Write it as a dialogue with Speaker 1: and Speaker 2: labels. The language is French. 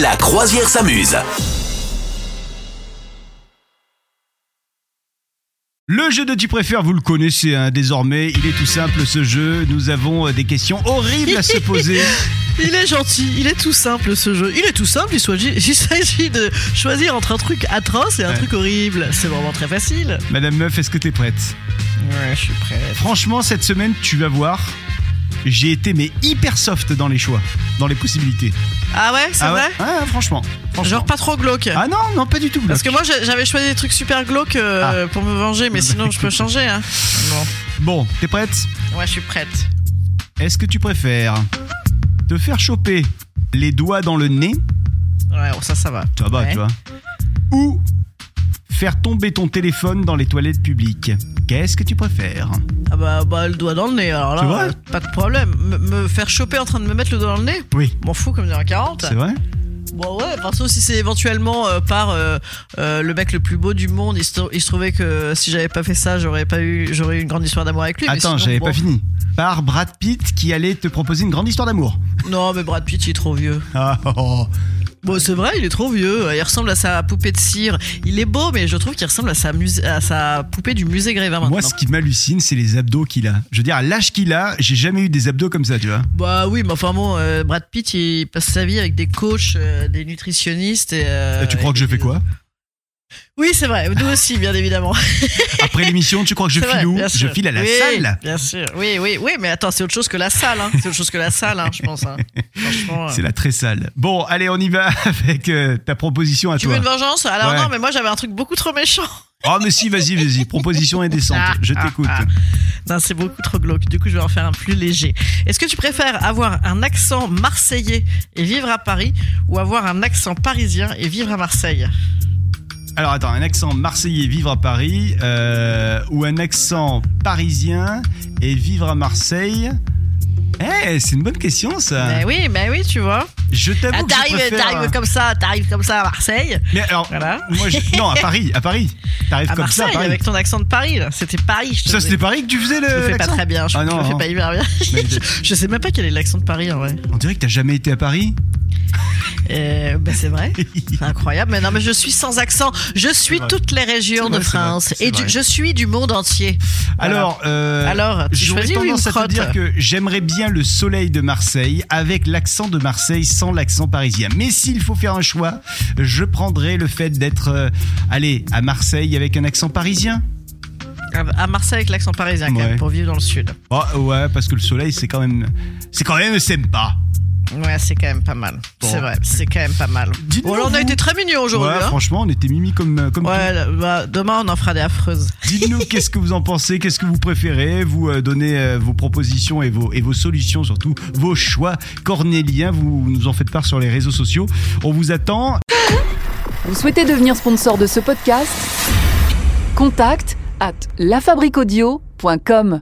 Speaker 1: La croisière s'amuse.
Speaker 2: Le jeu de tu préfères, vous le connaissez hein, désormais, il est tout simple ce jeu, nous avons euh, des questions horribles à se poser.
Speaker 3: Il est gentil, il est tout simple ce jeu. Il est tout simple, il s'agit il s'agit de choisir entre un truc atroce et un
Speaker 2: Ouais.
Speaker 3: truc horrible. C'est vraiment très facile.
Speaker 2: Madame Meuf, est-ce que t'es prête
Speaker 3: Ouais, je suis prêt.
Speaker 2: Franchement, cette semaine, tu vas voir, j'ai été mais hyper soft dans les choix, dans les possibilités.
Speaker 3: Ah ouais, c'est
Speaker 2: ah ouais
Speaker 3: vrai
Speaker 2: Ouais, franchement. franchement.
Speaker 3: Genre pas trop glauque.
Speaker 2: Ah non, non, pas du tout.
Speaker 3: Parce que
Speaker 2: Glock.
Speaker 3: moi j'ai- j'avais choisi des trucs super glauques
Speaker 2: Ah.
Speaker 3: euh, pour me venger, mais sinon je peux changer. Hein.
Speaker 2: Bon, t'es prête
Speaker 3: Ouais, je suis prête.
Speaker 2: Est-ce que tu préfères te faire choper les doigts dans le nez
Speaker 3: Ouais, bon, ça, ça va.
Speaker 2: Ça va,
Speaker 3: Ouais.
Speaker 2: tu vois. Ou faire tomber ton téléphone dans les toilettes publiques. Qu'est-ce que tu préfères
Speaker 3: Ah bah, bah, le doigt dans le nez, alors
Speaker 2: C'est
Speaker 3: là,
Speaker 2: vrai
Speaker 3: euh, pas de problème. Me- me faire choper en train de me mettre le doigt dans le nez
Speaker 2: Oui.
Speaker 3: M'en fous comme dire un 40.
Speaker 2: C'est vrai
Speaker 3: Bon Bah ouais, perso si c'est éventuellement euh, par euh, euh, le mec le plus beau du monde, il se, trou- il se trouvait que euh, si j'avais pas fait ça, j'aurais pas eu j'aurais eu une grande histoire d'amour avec lui. mais
Speaker 2: Attends,
Speaker 3: sinon,
Speaker 2: j'avais
Speaker 3: bon.
Speaker 2: pas fini. Par Brad Pitt qui allait te proposer une grande histoire d'amour.
Speaker 3: Non mais Brad Pitt il est trop vieux.
Speaker 2: Ah, oh, oh.
Speaker 3: Bon c'est vrai, il est trop vieux. Il ressemble à sa poupée de cire. Il est beau mais je trouve qu'il ressemble à sa musée, à sa poupée du musée Grévin maintenant.
Speaker 2: Moi, ce qui m'hallucine, c'est les abdos qu'il a. Je veux dire, à l'âge qu'il a, j'ai jamais eu des abdos comme ça, tu vois.
Speaker 3: Bah oui, mais enfin bon, euh, Brad Pitt il passe sa vie avec des coachs, euh, des nutritionnistes. Et, euh,
Speaker 2: Et tu crois
Speaker 3: et
Speaker 2: que je
Speaker 3: des-
Speaker 2: fais quoi
Speaker 3: Oui c'est vrai, nous aussi bien évidemment.
Speaker 2: Après l'émission, tu crois que je
Speaker 3: C'est vrai,
Speaker 2: file où
Speaker 3: bien
Speaker 2: Je
Speaker 3: sûr.
Speaker 2: file à la
Speaker 3: Oui,
Speaker 2: salle
Speaker 3: Bien sûr. Oui, oui, oui, mais attends, c'est autre chose que la salle. Hein. C'est autre chose que la salle, hein, je pense. hein. Franchement. euh.
Speaker 2: C'est la très sale. Bon, allez, on y va avec euh, ta proposition à
Speaker 3: Tu veux
Speaker 2: toi.
Speaker 3: une vengeance Alors
Speaker 2: Ouais.
Speaker 3: non, mais moi j'avais un truc beaucoup trop méchant.
Speaker 2: Oh, mais si, vas-y, vas-y. Proposition indécente. Je t'écoute.
Speaker 3: Non, c'est beaucoup trop glauque. Du coup, je vais en faire un plus léger. Est-ce que tu préfères avoir un accent marseillais et vivre à Paris ou avoir un accent parisien et vivre à Marseille
Speaker 2: Alors attends, un accent marseillais vivre à Paris euh, ou un accent parisien et vivre à Marseille Eh, c'est une bonne question ça.
Speaker 3: Mais Ben oui, mais oui, tu vois.
Speaker 2: Je
Speaker 3: Ah,
Speaker 2: t'avoue Ah. que je
Speaker 3: t'arrives,
Speaker 2: préfère-
Speaker 3: t'arrives comme ça, t'arrives comme ça à Marseille.
Speaker 2: Mais alors,
Speaker 3: Voilà.
Speaker 2: moi, je- non à Paris, à Paris. T'arrives
Speaker 3: À
Speaker 2: comme ça à
Speaker 3: Marseille,
Speaker 2: Paris.
Speaker 3: avec ton accent de Paris, là. C'était Paris. Je te
Speaker 2: Ça
Speaker 3: le dis.
Speaker 2: c'était Paris que tu faisais
Speaker 3: Je le
Speaker 2: le.
Speaker 3: fais pas
Speaker 2: l'accent
Speaker 3: très bien, je,
Speaker 2: Ah
Speaker 3: je
Speaker 2: non,
Speaker 3: le fais
Speaker 2: hein.
Speaker 3: pas hyper bien.
Speaker 2: Mais je-
Speaker 3: je sais même pas quel est l'accent de Paris en vrai.
Speaker 2: On dirait que t'as jamais été à Paris.
Speaker 3: Euh, bah, c'est vrai. C'est incroyable. Mais non, mais je suis sans accent. Je suis
Speaker 2: vrai.
Speaker 3: toutes les régions
Speaker 2: C'est vrai,
Speaker 3: de
Speaker 2: c'est vrai,
Speaker 3: France.
Speaker 2: c'est
Speaker 3: Et du-
Speaker 2: vrai.
Speaker 3: je suis du monde entier. Voilà.
Speaker 2: Alors, euh,
Speaker 3: Alors, Ah, tu
Speaker 2: j'aurais
Speaker 3: choisis ou une
Speaker 2: tendance à te
Speaker 3: crotte
Speaker 2: dire que j'aimerais bien le soleil de Marseille avec l'accent de Marseille sans l'accent parisien. Mais s'il faut faire un choix, je prendrais le fait d'être euh, allé à Marseille avec un accent parisien.
Speaker 3: À Marseille avec l'accent parisien, quand
Speaker 2: Ouais.
Speaker 3: même, pour vivre dans le sud.
Speaker 2: Oh, ouais, parce que le soleil c'est quand même c'est quand même sympa.
Speaker 3: Ouais, c'est quand même pas mal.
Speaker 2: Bon.
Speaker 3: C'est vrai, c'est quand même pas mal.
Speaker 2: Dites-nous,
Speaker 3: Bon, là, on a
Speaker 2: vous.
Speaker 3: été très mignons aujourd'hui.
Speaker 2: Ouais,
Speaker 3: hein.
Speaker 2: franchement, on était mimi comme comme
Speaker 3: Ouais, là, bah, demain, on en fera des affreuses.
Speaker 2: tout. Dites-nous qu'est-ce que vous en pensez, qu'est-ce que vous préférez, vous euh, donnez euh, vos propositions et vos et vos solutions surtout, vos choix cornéliens, vous nous en faites part sur les réseaux sociaux. On vous attend
Speaker 4: Vous souhaitez devenir sponsor de ce podcast Contact à lafabriquaudio.com.